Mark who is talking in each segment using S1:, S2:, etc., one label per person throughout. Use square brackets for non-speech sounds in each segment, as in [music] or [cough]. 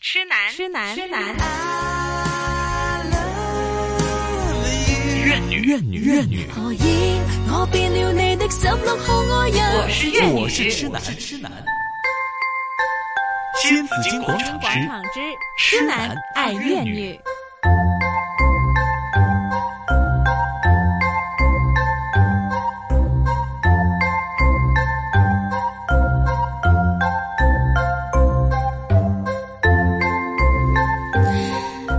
S1: 痴男，
S2: 痴男，
S1: 痴男。
S3: 怨女，怨女，怨女。
S4: 何以我变了你的十六号爱
S1: 我
S4: 人？
S1: 是粤女，
S3: 哎我是痴男，痴男。新紫金广场
S2: 广
S3: 之
S2: 场之
S3: 痴
S2: 痴
S3: 男
S2: 男
S3: 爱
S2: 爱
S3: 粤
S2: 粤
S3: 女
S2: 女。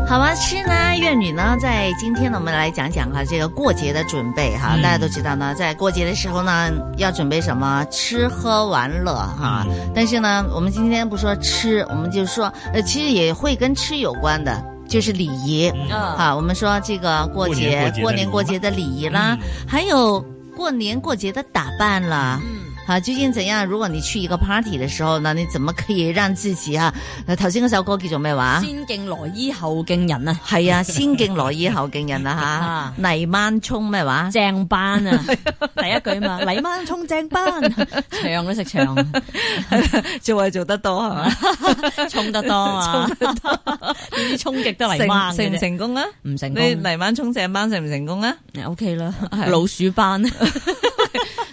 S5: 好吧，痴男怨女呢，在今天呢，我们来讲讲哈、这个过节的准备哈。
S3: 嗯
S5: 大家都知道呢，在过节的时候呢，要准备什么？吃喝玩乐哈。
S3: 嗯
S5: 但是呢，我们今天不说吃，我们就说，呃，其实也会跟吃有关的，就是礼仪。
S2: 嗯，
S5: 啊，我们说这个过节、
S3: 过
S5: 过
S3: 年过
S5: 年过
S3: 节
S5: 节的礼仪啦，
S3: 嗯
S5: 还有过年过节的打扮啦。
S2: 嗯
S5: 啊，究竟怎样？如果你去一个 party 的时候呢，你怎么可以让自己啊？呃头先嗰首歌叫做咩话？
S2: 先敬羅衣，後敬人啊，
S5: 系啊，先敬羅衣後
S2: [laughs]
S5: 敬人啊
S2: 啊
S5: 吓，泥掹葱咩話？
S2: 正班啊，第一句嘛，黎晚冲正班，唱都識唱，
S5: 做係做得到係嘛？
S2: [laughs] 衝得多啊，點知衝極都黎晚
S5: 成
S2: 嘅
S5: 成唔
S2: 啫，
S5: 成功啊？
S2: 唔成
S5: 你
S2: 功
S5: 泥掹葱正班成唔成功啊？
S2: ，O K 啦，老鼠班 [laughs]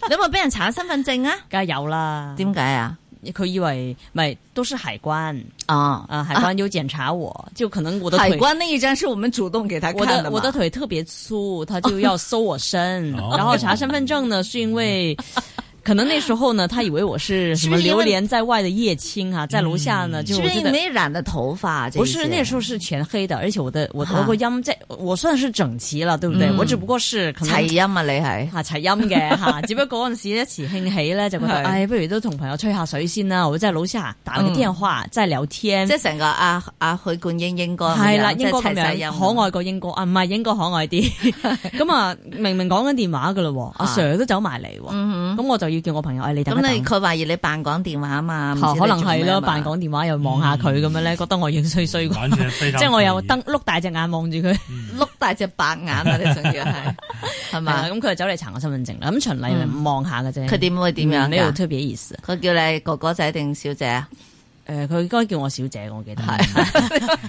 S5: 你有冇俾人查身份證啊？
S2: 梗係有啦，
S5: 點解啊？
S2: 佢以為咪都是海關
S5: 哦，
S2: 啊，海關有檢查我，就可能我的
S5: 海
S2: 腿。
S5: 關那一張是我們主動給他
S2: 我
S5: 看
S2: 的
S5: 的
S2: 我的
S5: 嘛？
S2: 腿特别粗，他就要搜我身
S3: 哦，
S2: 然后查身份证呢，是因为。可能那时候呢，他以为我是什么
S5: [laughs] 是不是因
S2: 流
S5: 为
S2: 连在外的叶青啊，在楼下呢，就是我
S5: 不是
S2: 记
S5: 因
S2: 得
S5: 为染的头发？
S2: 不是那时
S5: 候
S2: 候是全黑的，而且我的我
S5: 啊
S2: 头个音在，我算是整齐了，对不对？
S5: 嗯
S2: 我只不过是可能
S5: 齊音啊，你係
S2: 吓齊音嘅吓，只不過嗰陣時一時興起咧，就
S5: [laughs]
S2: 覺得
S5: 係
S2: 唉，不如都同朋友吹下水先啦，我在樓下打個電話，在聊天
S5: 嗯即。係成個阿阿許冠英應該
S2: 系嗯啦，
S5: 英
S2: 英
S5: 該
S2: 國
S5: 齊
S2: 咁
S5: 晒音啊
S2: 樣可愛過英國啊，唔係英國可愛
S5: [laughs]
S2: 啲。咁啊，明明講緊電話噶啦喎，阿
S5: 啊
S2: Sir 都走埋嚟喎，
S5: 嗯
S2: 咁
S5: 哼
S2: 我就要叫我朋友，誒哎你等
S5: 咁
S2: 一等。
S5: 你佢懷疑你扮講電話啊嘛？唔知
S2: 嚇
S5: 你
S2: 可能係
S5: 做咩
S2: 咯，
S5: 嘛嗯
S2: 扮講電話又望下佢咁樣咧，覺得我樣衰衰過，
S3: 完全非常
S2: 即係我又
S3: 同意
S2: 瞪碌大隻眼望住佢，
S5: 碌大隻白眼啊！你仲要
S2: [laughs]
S5: 係係
S2: 係啦
S5: 嘛？嗯
S2: 咁佢就走嚟查我身份證啦。咁循例咪望下嘅啫。
S5: 佢點會點樣
S2: 嗯呢度
S5: 㗎？
S2: 特別意思。
S5: 佢叫你哥哥仔定小姐啊？
S2: 誒，佢應該叫我小姐，我記得。。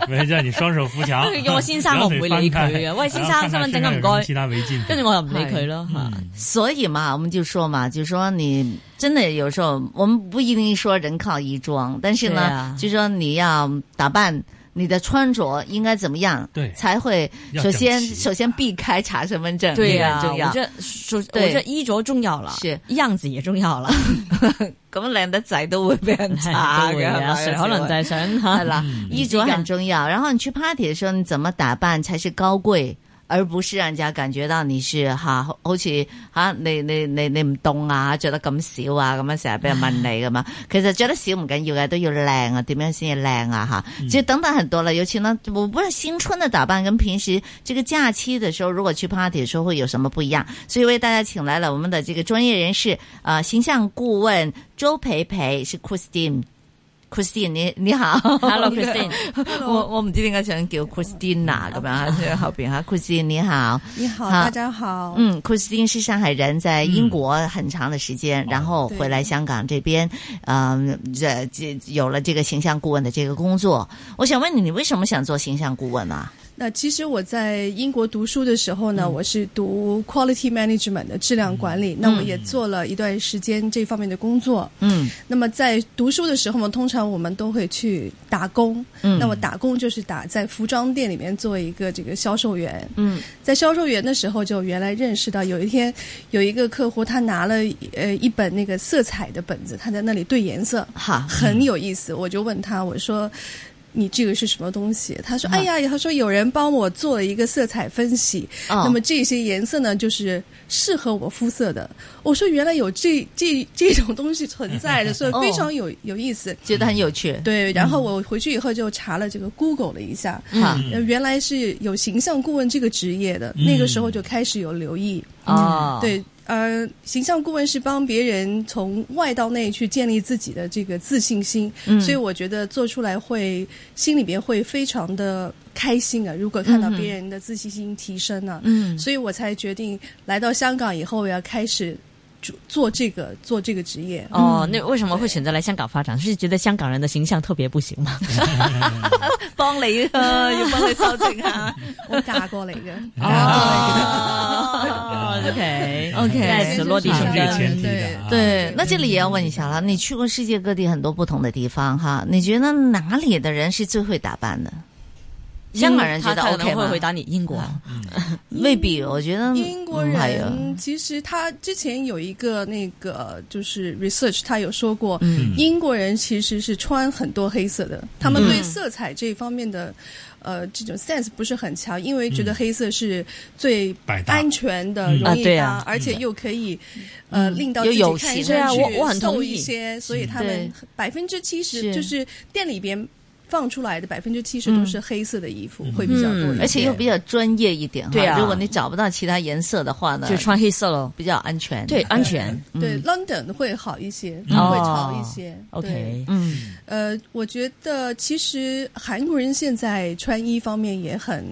S3: 没叫你双手扶墙
S2: 叫我先生我唔會理佢嘅喂先生身份證啊唔該
S3: 然后看看身上有什么其他违禁
S2: 跟
S3: 品。
S2: 住我又唔理佢咯嚇
S3: 嗯
S5: 所以嘛，我們就說嘛，就說你真的有時候，我們不一定說人靠衣裝，但是呢，
S2: 對啊
S5: 就說你要打扮。你的穿着應該怎麼樣？
S3: 對
S5: 才會
S3: 要
S5: 首先
S3: 整齊
S5: 首先避開查身份證，
S2: 對
S5: 呀、
S2: 呀，
S5: 重
S2: 啊我
S5: 要。
S2: 覺得首我
S5: 對
S2: 覺得衣着重要啦，
S5: 是
S2: 樣子也重要啦。
S5: 咁靚得仔都
S2: [laughs]
S5: 會
S6: 啊
S5: 俾人查
S2: 係都啊
S5: 嘅，
S2: 會
S5: 係
S2: 啊
S5: 咪
S2: ，Sir 可能就係想
S5: 係
S6: [laughs]
S2: 嚇，
S5: 啦，衣着
S2: 嗯
S5: 很重要。然後你去 party 嘅時候，你怎麼打扮才是高貴，而不是讓人家感覺到你是吓，好似吓你你你你唔凍啊，着得咁少啊，咁樣成日俾人問你㗎嘛。其實着得少唔緊要嘅，都要靚啊，點樣先至靚啊吓，就等等很多啦。尤其呢，我不知道新春的打扮跟平時這個假期的時候，如果去 party 的時候會有什麼不一樣，所以為大家請來了我們的這個專業人士，啊，形象顧問周培培，是 Christine。Christine，你你好
S2: Hello Christine，
S5: [laughs] 我我唔知點解想叫 Christina 咁樣，即係後邊吓 Christine 你好，
S6: 你好，
S5: 好
S6: 大家好。
S5: 嗯，Christine 是上海人，在英国很长的时间，然后
S6: 对
S5: 回来香港这边，嗯，这这有了这个形象顾问的这个工作。我想问你，你为什么想做形象顾问啊？
S6: 那其实我在英国读书的时候呢，
S5: 嗯
S6: 我是读 quality management 的质量管理，那我也做了一段时间这方面的工作。
S5: 嗯
S6: 那么在读书的时候呢，通常我们都会去打工。
S5: 嗯
S6: 那么打工就是打在服装店里面做一个这个销售员。
S5: 嗯
S6: 在销售员的时候，就原来认识到有一天有一个客户，他拿了呃一本那个色彩的本子，他在那里对颜色。
S5: 好，
S6: 很有意思。我就问他，我说。你这个是什么东西？他说：“
S5: 嗯
S6: 哎呀，他说有人帮我做了一个色彩分析，
S5: 哦
S6: 那么这些颜色呢，就是适合我肤色的。”我说：“原来有这这这种东西存在的，所以
S5: 哦
S6: 非常有有意思。
S5: 觉得很有趣”，
S6: 对，然后我回去以后就查了这个 Google 了一下，
S5: 哈
S6: 呃原来是有形象顾问这个职业的。
S3: 嗯
S6: 那个时候就开始有留意，
S2: 哦，
S6: 嗯对，呃，形象顾问是帮别人从外到内去建立自己的这个自信心，
S5: 嗯
S6: 所以我觉得做出来会心里边会非常的开心啊。如果看到
S2: 嗯
S6: 别人的自信心提升呢、啊
S5: 嗯
S6: 所以我才决定来到香港以后，我要开始主做这个做这个职
S2: [laughs]
S6: 业。
S2: 哦，
S6: 嗯
S2: 那为什么会选择来香港发展？是觉得香港人的形象特别不行吗？
S5: 帮你啊，要幫你修正
S2: 啊
S5: 下。
S6: [laughs] 我嫁過嚟
S2: [laughs]
S6: 嘅，
S3: 嗯
S5: 哦
S2: OK
S5: OK，
S2: 在此哎落地
S3: 是
S2: 生
S3: 这个
S2: 根。
S3: 前提的啊。
S5: 对，那这里也要问一下了，你去过世界各地很多不同的地方哈，你觉得哪里的人是最会打扮的？香港人觉
S2: 嗯
S5: 得
S2: 他可
S5: OK
S2: 能会
S5: 吗啊
S2: 回？答你英国。
S5: 未必，我觉得
S6: 英国
S5: 嗯係啊
S6: 人其實他之前有一個那個就是 research，他有說過，
S3: 嗯
S6: 英国人其實是穿很多黑色的，他們對色彩這方面的。呃，這種 sense 不是很強，因為覺得黑色是最
S3: 百搭
S6: 安全的、
S3: 嗯
S6: 容易
S2: 啊對
S6: 搭，
S2: 啊
S6: 而且又可以、呃令到
S5: 又
S6: 自己
S5: 有
S6: 看
S5: 型
S6: 上去
S2: 對啊我我很
S6: 瘦
S2: 同
S6: 一
S2: 意
S6: 些，所以他
S5: 對
S6: 們百分之七十
S5: 是
S6: 就是店裡邊放出來的百分之七十都是黑色的衣服、会比較多一
S2: 嗯
S6: 點，
S5: 而且又比较专业一点哈。
S2: 对啊
S5: 如果你找不到其他颜色的话呢，
S2: 就穿黑色喽，
S5: 比较安全。
S2: 对，，安全。
S6: 对，London
S5: 嗯
S6: 会好一些，
S2: 哦
S6: 会潮一些。
S5: 哦
S6: 对，
S2: OK，
S5: 嗯，
S6: 呃，我觉得其实韩国人现在穿衣方面也很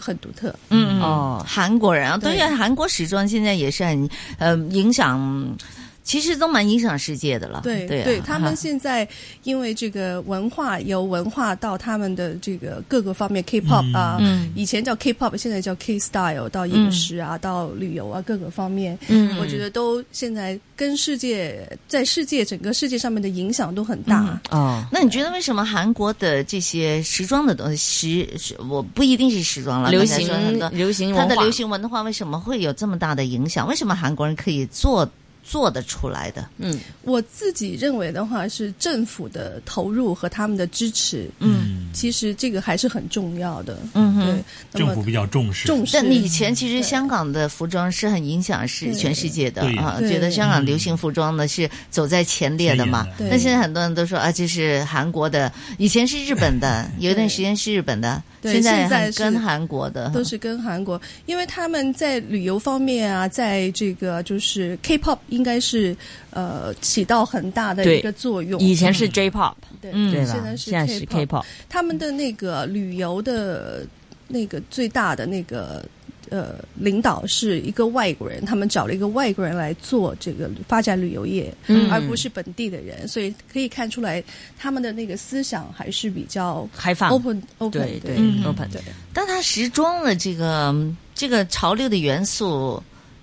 S6: 很独特。
S5: 嗯
S2: 哦
S5: 韩国人啊，
S6: 对
S5: 对呀，韩国时装现在也是很呃影响，其实都蛮影响世界的了。
S6: 对
S5: 对啊
S6: 他
S5: 哈
S6: 们现在因为这个文化，由文化到他们的这个各个方面，K-pop 啊，
S5: 嗯
S6: 以前叫 K-pop，现在叫 K-style，到饮食啊，到旅游啊，各个方面，
S2: 嗯
S6: 我觉得都现在跟世界在世界整个世界上面的影响都很大。
S5: 嗯
S2: 哦，
S5: 那你觉得为什么韩国的这些时装的东西，时时我不一定是时装了，
S2: 流
S5: 刚才说很多
S2: 行流行
S5: 它
S2: 文
S5: 的
S2: 化
S5: 流，行文化为什么会有这么大的影响？为什么韩国人可以做做得出来的？
S2: 嗯，
S6: 我自己认为的话，是政府的投入和他们的支持，
S5: 嗯
S6: 其实这个还是很重要的。
S5: 嗯哼。
S6: 对，那
S3: 政府
S6: 么
S3: 比较重视，
S6: 重视。
S5: 但你以前其实
S6: 对
S5: 香港的服装是很影响是
S6: 对
S5: 全世界的
S3: 对
S5: 啊，
S6: 对
S5: 觉得香港流行服装呢是走在前列的嘛。
S6: 前沿的
S5: 那现在很多人都说啊，这是韩国的，以前是日本的，有一段
S6: 对
S5: 时间是日本的，
S6: 对
S5: 在
S6: 现在
S5: 很
S6: 是
S5: 跟韩国的
S6: 都是跟韩国，因为他们在旅游方面啊，在这个就是 K-pop 应该是呃起到很大的
S2: 对
S6: 一个作用。
S2: 以前是 J-pop，
S6: 对，
S5: 嗯
S2: 对
S6: 现在
S2: 吧？
S6: 是
S2: 现在是
S6: K-pop
S2: K-pop，
S6: 他们的那个旅游的那个最大的那个呃领导是一个外国人，他们找了一个外国人来做这个发展旅游业，
S2: 嗯
S6: 而不是本地的人，所以可以看出来他们的那个思想还是比较
S2: 开放，
S6: open open
S2: 对对
S6: 对
S5: 嗯
S2: ，open，
S6: 对
S5: 但它时装的这个这个潮流的元素，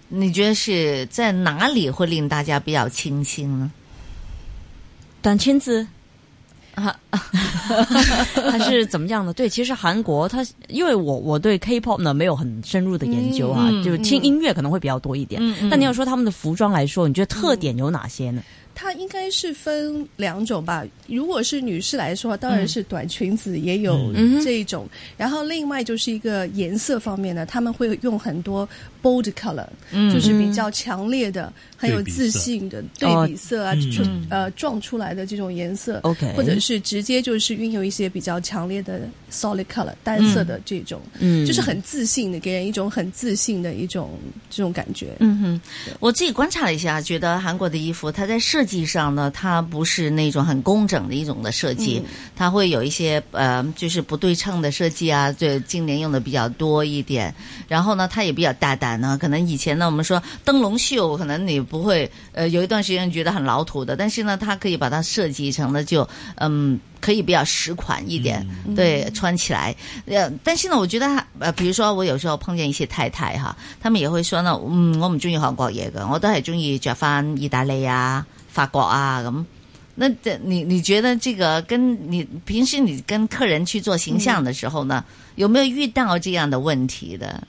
S5: 你觉得是在哪里会令大家比较倾心呢？
S2: 短裙子。啊，还是怎么样的？对，其实韩国它，因为我我对 K-pop 呢没有很深入的研究啊，
S5: 嗯嗯
S2: 就听音乐可能会比较多一点。
S5: 嗯
S2: 但你要说他们的服装来说，你觉得特点有哪些呢？
S6: 它应该是分两种吧。如果是女士来说，当然是短裙子也有
S2: 嗯
S6: 这一种。然后另外就是一个颜色方面呢，他们会用很多 bold color，、就是
S2: 嗯
S6: 比较强烈的、很有自信的
S2: 对比色哦
S6: 对比色啊，
S3: 嗯
S6: 出呃撞出来的这种颜色。
S2: OK
S6: 或者是直接就是运用一些比较强烈的 solid color 单色的这种，
S2: 嗯
S6: 就是很自信的，给人一种很自信的一种这种感觉。
S5: 嗯哼，我自己观察了一下，觉得韩国的衣服它在设计上呢，它不是那种很工整的一种的设计，它会有一些呃，就是不对称的设计啊，对，今年用的比较多一点。然后呢，它也比较大胆呢、可能以前呢，我们说灯笼袖，可能你不会呃，有一段时间觉得很老土的，但是呢，它可以把它设计成了就嗯。可以比较实款一点，对，穿起来。呃，但是呢，我觉得呃，比如说我有时候碰见一些太太哈，他们也會想啦，嗯，我唔中意韓國嘢嘅，我都係中意着翻意大利啊、法國啊咁。那这你你觉得这个跟你平时你跟客人去做形象的时候呢，有没有遇到这样的问题的？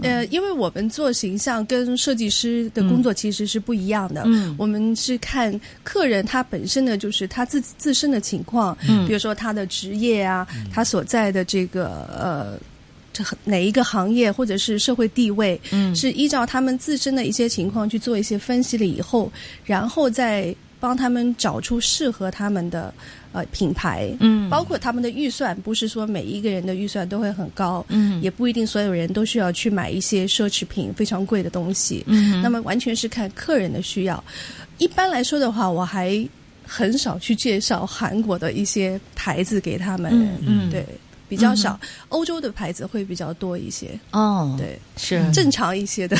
S6: 呃，因为我们做形象跟设计师的工作其实是不一样的，
S5: 嗯
S6: 我们是看客人他本身的就是他自自身的情况，
S5: 嗯
S6: 比如说他的职业啊，他所在的这个呃。这哪一个行业或者是社会地位，
S5: 嗯
S6: 是依照他们自身的一些情况去做一些分析了以后，然后再帮他们找出适合他们的呃品牌，
S5: 嗯
S6: 包括他们的预算，不是说每一个人的预算都会很高，
S5: 嗯
S6: 也不一定所有人都需要去买一些奢侈品、非常贵的东西。
S5: 嗯
S6: 那么完全是看客人的需要。一般来说的话，我还很少去介绍韩国的一些牌子给他们。
S5: 嗯嗯嗯
S6: 对，比较少，欧洲的牌子会比较多一些，
S5: 哦，，
S6: 对，
S5: 是
S6: 正常一些的，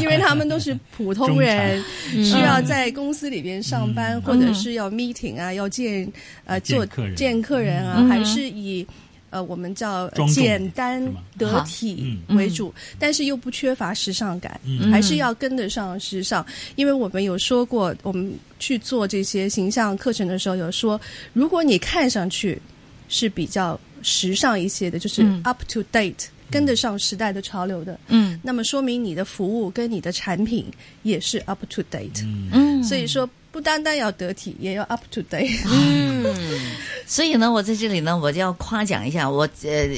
S6: 因为他们都是普通人，需要在公司里边上班，或者是要 meeting 啊，要见呃
S3: 见
S6: 做
S3: 客人
S6: 见客人啊，还是以。呃，我们叫
S3: 庄重
S6: 简单
S3: 是吗
S6: 得体为主，
S2: 嗯
S6: 但是又不缺乏时尚感，
S3: 嗯
S6: 还是要跟得上时尚。因为我们有说过，我们去做这些形象课程的时候有说，如果你看上去是比较时尚一些的，就是
S2: 嗯
S6: up to date，、跟得上时代的潮流的，
S2: 嗯
S6: 那么说明你的服务跟你的产品也是 up to date，、
S3: 嗯，
S5: 嗯，
S6: 所以说不单单要得体，也要 up to date。
S2: 嗯
S5: 所以呢，我在这里呢，我就要夸奖一下我呃。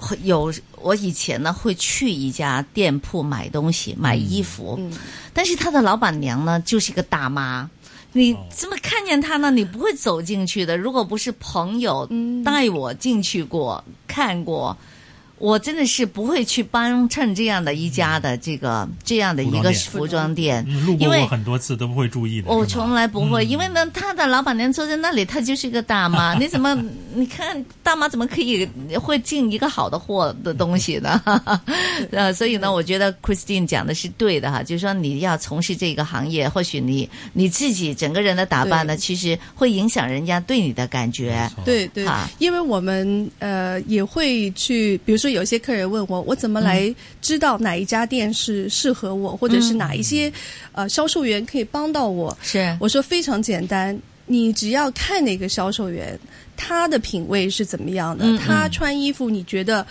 S5: 会有我以前呢会去一家店铺买东西买衣服，
S6: 嗯
S5: 但是他的老板娘呢就是一个大妈，你
S3: 哦
S5: 怎么看见她呢？你不会走进去的。如果不是朋友
S6: 嗯
S5: 带我进去过、看过，我真的是不会去帮衬这样的一家的这个这样的一个服
S6: 服
S5: 装
S6: 装
S5: 店，
S3: 嗯路
S5: 因
S3: 过
S5: 为
S3: 过很多次都不会注意的。
S5: 我
S3: 是吗
S5: 哦从来不会，
S3: 嗯
S5: 因为呢，他的老板娘坐在那里，她就是一个大
S6: [laughs]
S5: 妈。你怎么，你看大妈怎么可以会进一个好的货的东西呢？ [laughs] 呃，所以呢，我觉得 Christine 讲的是对的哈，就是说你要从事这个行业，或许你你自己整个人的打扮呢，
S6: 对
S5: 其实会影响人家对你的感觉
S3: 没。错
S6: 对对
S5: 好，
S6: 因为我们呃也会去，比如说有些客人问我，我怎么来知道哪一家店是适合我，或者是哪一些
S5: 嗯
S6: 呃销售员可以帮到我？
S5: 是
S6: 我说非常简单，你只要看那个销售员他的品味是怎么样的，
S5: 嗯嗯
S6: 他穿衣服你觉得。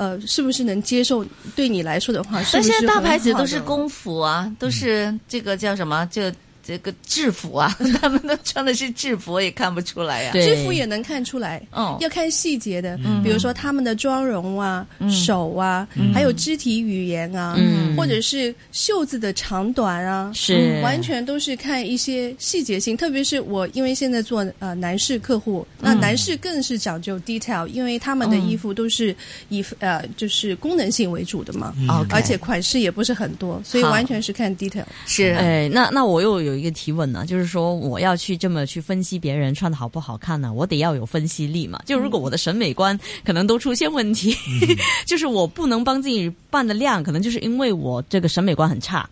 S6: 呃，是不是能接受？对你来说的话，是
S5: 但
S6: 不是
S5: 现在大
S6: 很
S5: 牌子
S6: 好
S5: 都
S6: 的
S5: 是工服啊，都是这个叫什么？
S6: 嗯
S5: 就这个制服啊， [laughs] 他们都穿的是制服，也看不出来呀、
S2: 对
S6: 制服也能看出来，
S5: 嗯，
S6: 要看细节的，
S3: 嗯
S6: 比如说他们的妆容啊、手啊，还有肢体语言啊，
S2: 嗯
S6: 或者是袖子的长短啊，
S2: 是
S6: 完全都是看一些细节性。特别是我，因为现在做呃男士客户，那男士更是讲究 detail，因为他们的衣服都是以呃就是功能性为主的嘛。
S3: 嗯
S5: OK
S6: 而且款式也不是很多，所以
S5: 好
S6: 完全是看 detail。
S5: 是。
S2: 哎，那那我又有一个提问呢，就是说我要去这么去分析别人穿的好不好看呢，我得要有分析力嘛。就如果我的审美观可能都出现问题， [laughs] 就是我不能帮自己办的量，可能就是因为我这个审美观很差。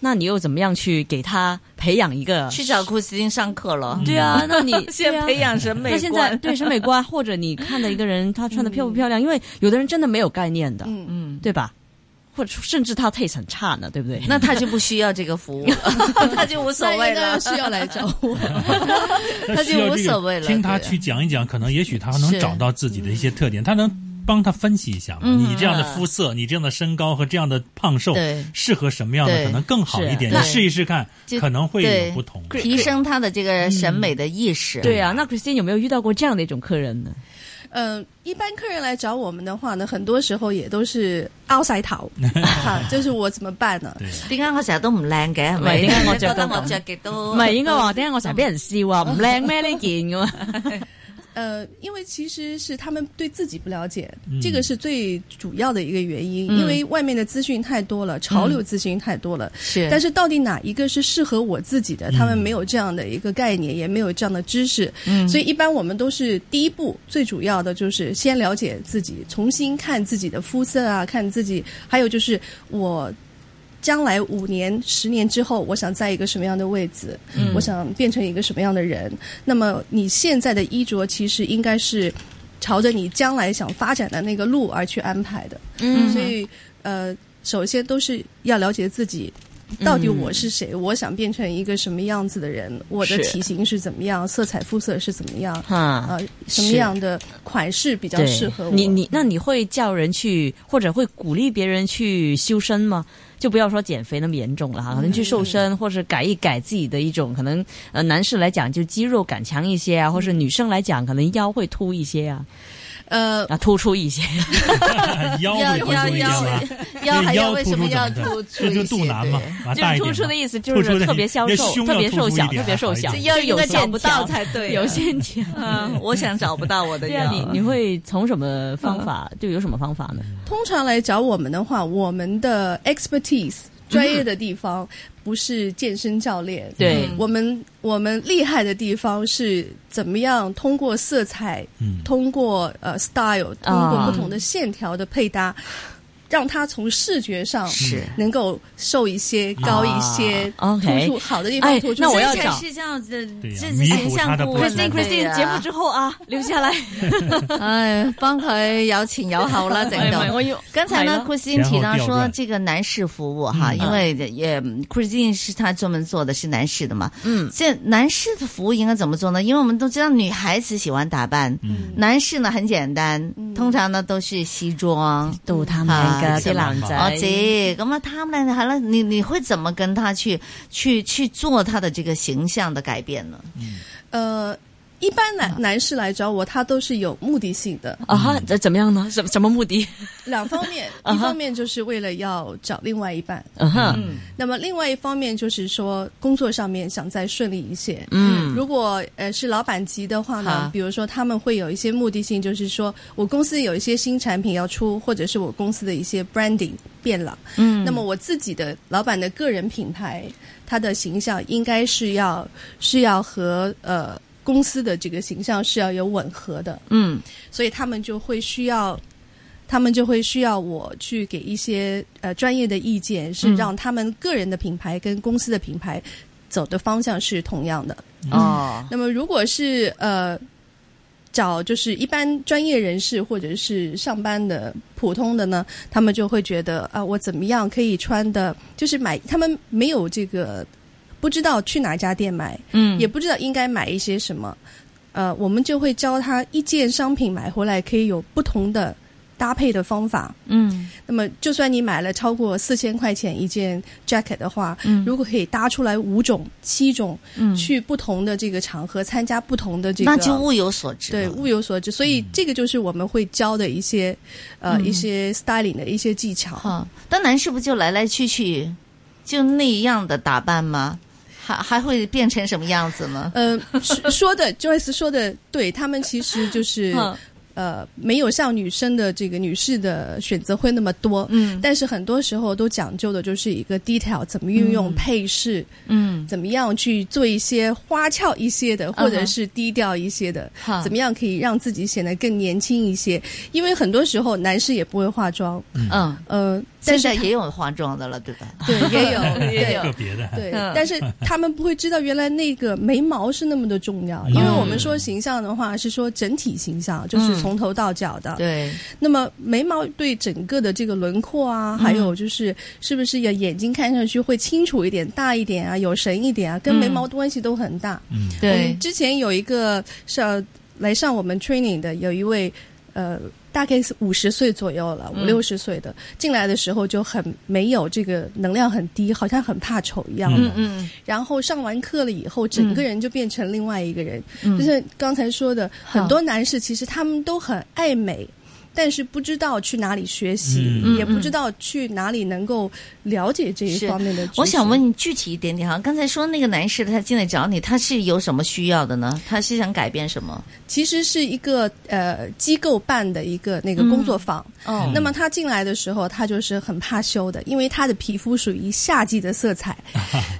S2: 那你又怎么样去给他培养一个？
S5: 去找库斯汀上课了。嗯
S2: 对啊，那 [laughs] 你
S5: 先
S2: 对啊
S5: 培养审美
S2: 那
S5: 观。
S2: 现在对审美 [laughs] 观，或者你看的一个人他穿的漂不漂亮，因为有的人真的没有概念的，
S5: [laughs]
S6: 嗯
S5: 嗯，
S2: 对吧？或者甚至他 taste 很差呢，对不对？
S5: 那他就不需要这个服务了，他就无所
S6: 那
S5: 谓
S6: 应该
S5: 了。
S6: 是要来找我。
S3: 那
S5: [laughs] 他
S3: 需
S5: 就
S3: 要
S5: 无
S3: 这个
S5: 所谓了
S3: 听他
S5: 对
S3: 去讲一讲，可能也许他能
S5: 是
S3: 找到自己的一些特点，他能帮他分析一下嘛。
S5: 嗯
S3: 你这样的肤色，你这样的身高和这样的胖瘦
S5: 对，
S3: 适合什么样的
S5: 对
S3: 可能更好一点？
S5: 是
S3: 你试一试看
S5: 就，
S3: 可能会
S5: 对
S3: 有不同。
S5: 提升他的这个审美的意识。
S2: 嗯对啊，那 Christine 有没有遇到过这样的一种客人呢？
S6: 呃，一般客人来找我们的话呢，很多时候也都是
S3: [laughs]
S6: outside 逃，哈，就是我怎么办呢？
S3: 对， [laughs]
S5: 点解我成日都唔靓嘅？係咪？
S2: 唔係點解我着
S5: [laughs] 覺得
S2: 到
S5: 我
S2: 咁
S5: 着極都
S2: 唔
S5: [laughs]
S2: 係應該話，點解我成日俾人笑啊？唔靚咩呢件咁啊？
S6: 呃，因为其实是他们对自己不了解，
S3: 嗯
S6: 这个是最主要的一个原因。
S2: 嗯
S6: 因为外面的资讯太多了，潮
S3: 嗯
S6: 流资讯太多了，
S5: 是，
S6: 但
S5: [laughs] 是
S6: 是到底哪一个是适合我自己的，他们没有这样的一个概念，也没有这样的知识，所以一般我们都是第一步最主要的就是先了解自己，重新看自己的肤色啊，看自己，还有就是我。将来五年、十年之后，我想在一个什么样的位置？我想变成一个什么样的人？那么你现在的衣着其实应该是朝着你将来想发展的那个路而去安排的。
S2: 嗯
S6: 所以呃，首先都是要了解自己。到底我是谁？我想变成一个什么样子的人？我的
S2: 嗯是
S6: 体型是怎么样？色彩、肤色是怎么样？
S2: 哈，
S6: 呃，什么
S2: 是
S6: 样的款式比较
S2: 对
S6: 适合我？
S2: 你你那你会叫人去，或者会鼓励别人去修身吗？就不要说减肥那么严重了哈，可能去瘦身，或者改一改自己的一种可能。呃，男士来讲就肌肉感强一些啊，或是女生来讲可能腰会凸一些啊，
S6: 呃，
S2: 啊突出一些。
S3: 腰
S5: 腰
S3: 会不会
S5: 腰
S3: 不一样啊
S5: 腰？腰还要
S3: 腰
S5: 为
S3: 突
S5: 什么
S3: 出
S5: 要
S3: 怎么
S5: 突
S3: 的
S5: 出
S3: 这
S5: 一
S3: 就
S5: 些？
S3: 肚腩嘛
S5: 对，
S3: 完
S2: 就
S3: 大
S2: 是
S3: 一
S2: 突
S3: 点
S2: 出
S3: 嘛
S2: 的意思就
S3: 突出
S2: 是
S3: 的
S2: 特别消
S3: 那
S2: 瘦，
S3: 胸
S2: 特
S3: 要
S2: 别
S3: 突
S2: 瘦
S3: 出一
S2: 小，
S3: 点
S2: 特别瘦
S3: 好一
S2: 小，
S3: 点
S5: 腰
S2: 就
S5: 应
S2: 有
S5: 该找
S2: 线
S5: 不
S2: 条 [laughs]
S5: 到，才对啊。
S2: 有线条。
S5: 嗯，我想找不到我
S2: [laughs]
S5: 的
S2: 对啊，
S5: 腰。
S2: 你你会从什么嗯方法？就有什么方法呢？
S6: 通常来找我们的话，我们的 expertise 专业的地方不是健身教练，
S5: 对
S6: 我们我们厉害的地方是怎么样通过色彩，
S3: 嗯
S6: 通过呃 style，通
S2: 啊
S6: 过不同的线条的配搭，让它从视觉上
S5: [laughs] 是
S6: 能够瘦一些、高一些，
S2: 啊，OK
S6: 突出好的地
S2: 哎
S6: 方突出。
S2: 那 [laughs] 我要
S6: 所以
S2: 找啊
S6: 才
S2: 讲
S5: 是这样子，
S3: 对呀
S5: 这
S3: 弥
S5: 是
S3: 补
S5: 形象
S3: 他的
S5: 顾
S3: 不
S5: 问
S3: 足
S2: Christine
S5: 啊对
S2: Christine
S5: 啊
S2: 节目之後
S5: [laughs]
S2: 啊，留下來。
S5: 哎，帮佢有前有後啦，整到。
S2: 哎我要
S5: 刚才呢，Christine 提到
S3: 前后调
S5: 说
S3: 转嗯
S5: 这个男士服务哈，因为也 Christine 是她专门做的是男士的嘛，
S2: 嗯，
S5: 这男士的服务应该怎么做呢？因为我们都知道女孩子喜欢打扮，
S3: 嗯
S5: 男士呢很简单，
S6: 嗯
S5: 通常呢都是西装。
S2: 到他
S5: 們㗎
S2: 嘅
S5: 啲
S2: 男
S3: 男
S2: 仔，
S3: 仔
S5: 哦，姐，咁啊，他们呢？好了，你你会怎么跟他去去去做他的这个形象的改变呢？
S6: 呃，一般男男士来找我，他都是有目的性的，
S2: 啊哈，这怎么样呢？什什么目的？
S6: 两方面，
S2: [laughs] 啊哈
S6: 一方面就是为了要找另外一半，
S2: 嗯哼，
S5: 嗯
S6: 那么另外一方面就是说工作上面想再顺利一些。
S2: 嗯
S6: 如果呃是老板级的话
S5: 好
S6: 呢，比如说他们会有一些目的性，就是说我公司有一些新产品要出，或者是我公司的一些 branding 变了，
S5: 嗯
S6: 那么我自己的老板的个人品牌，它的形象应该是要是要和呃公司的这个形象是要有吻合的，
S5: 嗯
S6: 所以他们就会需要，他们就会需要我去给一些呃专业的意见，是
S5: 嗯
S6: 让他们个人的品牌跟公司的品牌走的方向是同样的。
S5: 哦
S6: 那么如果是呃找就是一般专业人士或者是上班的普通的呢，他们就会觉得啊、我怎么样可以穿的，就是买他们没有这个不知道去哪家店买，
S5: 嗯
S6: 也不知道应该买一些什么，呃，我们就会教他一件商品买回来可以有不同的搭配的方法。
S5: 嗯
S6: 那么，就算你买了超过四千块钱一件 jacket 的话，
S5: 嗯
S6: 如果可以搭出来五种、七种，
S5: 嗯
S6: 去不同的这个场合参加不同的这个，
S5: 那就物有所值
S6: 对
S5: 了
S6: 物有所值。所以这个就是我们会教的一些，呃，
S5: 嗯
S6: 一些 styling 的一些技巧。
S5: 哈，但男士不就来来去去就那样的打扮吗？还还会变成什么样子呢？
S6: 呃，说说的 Joyce 说的对，他们其实就是
S5: [laughs] 嗯
S6: 呃，没有像女生的这个女士的选择会那么多，
S5: 嗯
S6: 但是很多时候都讲究的就是一个 detail，怎么运用
S5: 嗯
S6: 配饰，
S5: 嗯，
S6: 怎么样去做一些花俏一些的，或者是低调一些的，
S5: 好
S6: 怎么样可以让自己显得更年轻一些？因为很多时候男士也不会化妆，
S5: 嗯，
S6: 呃，
S5: 现
S6: 但是
S5: 在也有化妆的了，对吧？
S6: 对也有
S5: [laughs]
S6: 对
S3: 个别的，
S6: [laughs] 对
S5: 嗯，
S6: 但是他们不会知道原来那个眉毛是那么的重要，
S5: 嗯
S6: 因为我们说形象的话是说整体形象，就是从头到脚的。
S5: 嗯对，
S6: 那么眉毛对整个的这个轮廓
S5: 嗯
S6: 啊，还有就是是不是要眼睛看上去会清楚一点、大一点啊、有神一点啊，跟眉毛关系都很大。
S3: 嗯，
S6: 我们之前有一个上来上我们 training 的，有一位呃。大概是五十岁左右了，五
S5: 嗯
S6: 六十岁的、进来的时候就很没有这个能量很低，好像很怕丑一样。
S3: 嗯
S5: 嗯嗯
S6: 然后上完课了以后，整个人就变成另外一个人。
S5: 嗯
S6: 就像刚才说的，
S5: 好
S6: 很多男士其实他们都很爱美，但是不知道去哪里学习，
S3: 嗯
S6: 也不知道去哪里能够了解这一
S5: 是
S6: 方面的知识。
S5: 我想问你具体一点点哈，刚才说那个男士他进来找你，他是有什么需要的呢？他是想改变什么？
S6: 其实是一个呃机构办的一个那个工作坊。
S5: 哦
S6: 那么他进来的时候，他就是很怕羞的，因为他的皮肤属于夏季的色彩，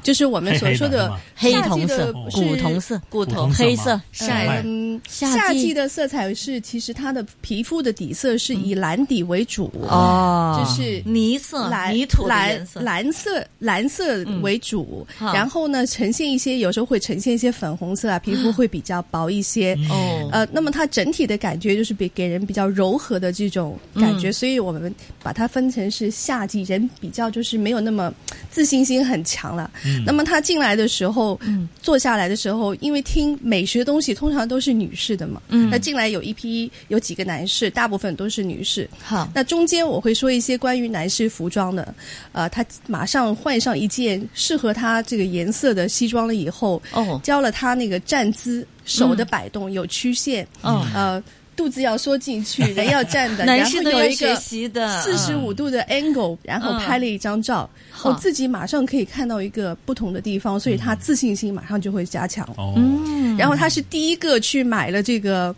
S6: 就是我们所说的
S2: 黑
S6: 夏季
S2: 同
S6: 的
S2: 色、
S6: 不
S2: 古
S6: 是
S2: 同色、
S5: 骨
S3: 头
S2: 黑色
S5: 晒
S3: 晒
S6: 嗯，
S2: 夏
S6: 夏
S2: 季
S6: 季的色彩是，其实它的皮肤的底色是以蓝底为主，
S2: 哦，
S6: 就是
S5: 泥色、
S6: 蓝
S5: 泥土的颜
S6: 蓝
S5: 色，
S6: 蓝色蓝色为主，
S5: 嗯好
S6: 然后呢，呈现一些有时候会呈现一些粉红
S5: [gasps]
S6: 色啊，皮肤会比较薄一些。
S5: 哦，
S6: 呃，那么它整体的感觉就是比给人比较柔和的这种感
S5: 嗯
S6: 觉，所以我们把它分成是夏季人比较就是没有那么自信心很强了。
S5: 嗯
S6: 那么他进来的时候，坐下来的时候，因为听美食的东西通常都是女士的嘛，
S5: 嗯
S6: 那进来有一批有几个男士，大部分都是女士。
S5: 好，
S6: 那中间我会说一些关于男士服装的，呃，他马上换上一件适合他这个颜色的西装了以后，
S5: 哦，
S6: 教了他那个站姿、手的摆动、有曲线，
S5: 哦
S6: 呃，肚子要缩
S5: [laughs]
S6: 进去，人要站的，
S5: 男
S6: 然
S5: 士
S6: 后
S5: 都
S6: 有
S5: 要
S6: 一
S5: 学
S6: 个
S5: 习嗯的，
S6: 四十五度的 angle，然后拍了一张照，
S5: 好
S6: 我、自己马上可以看到一个不同的地方，所以他自信心马上就会加强。
S3: 哦，
S5: 嗯
S6: 然后他是第一个去买了这个，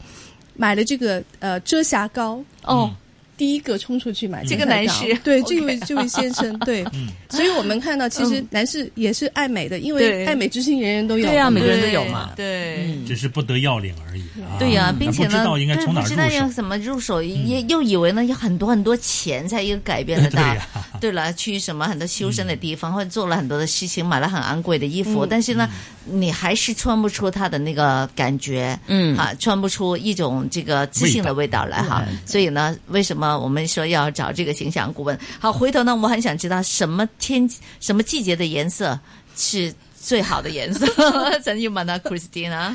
S6: 买了这个呃遮瑕膏。
S5: 哦，
S6: 第一个冲出去买
S5: 这
S6: 这
S5: 个男士
S6: 对这位这位先生，对
S3: 嗯，
S6: 所以我们看到其实男士也是爱美的，因为
S5: 对
S6: 爱美之心人人都有，
S2: 对啊每个人都有嘛
S5: 对。
S2: 嗯
S3: 只是不得要领而已啊。
S5: 对呀、
S3: 咱
S5: 并且
S3: 不知
S5: 呢，
S3: 道应该
S5: 对
S3: 从哪
S5: 不
S3: 儿
S5: 知道
S3: 入
S5: 要
S3: 手。嗯
S5: 怎么入手，也又以为呢有很多很多钱才又改变得
S3: [laughs]
S5: 到。
S3: 对呀
S5: 对了，去什么很多修身的地方，或者做了很多的事情，买了很昂贵的衣
S3: 嗯
S5: 服，但是呢，你还是穿不出它的那个感觉，
S2: 嗯
S5: 啊，穿不出一种这个自信的味道来哈。所以呢，为什么我们说要找这个形象顾问？好，回头呢，我很想知道什么天 [laughs] 什么季节的颜色是最好的颜色，咱就问下 Christina。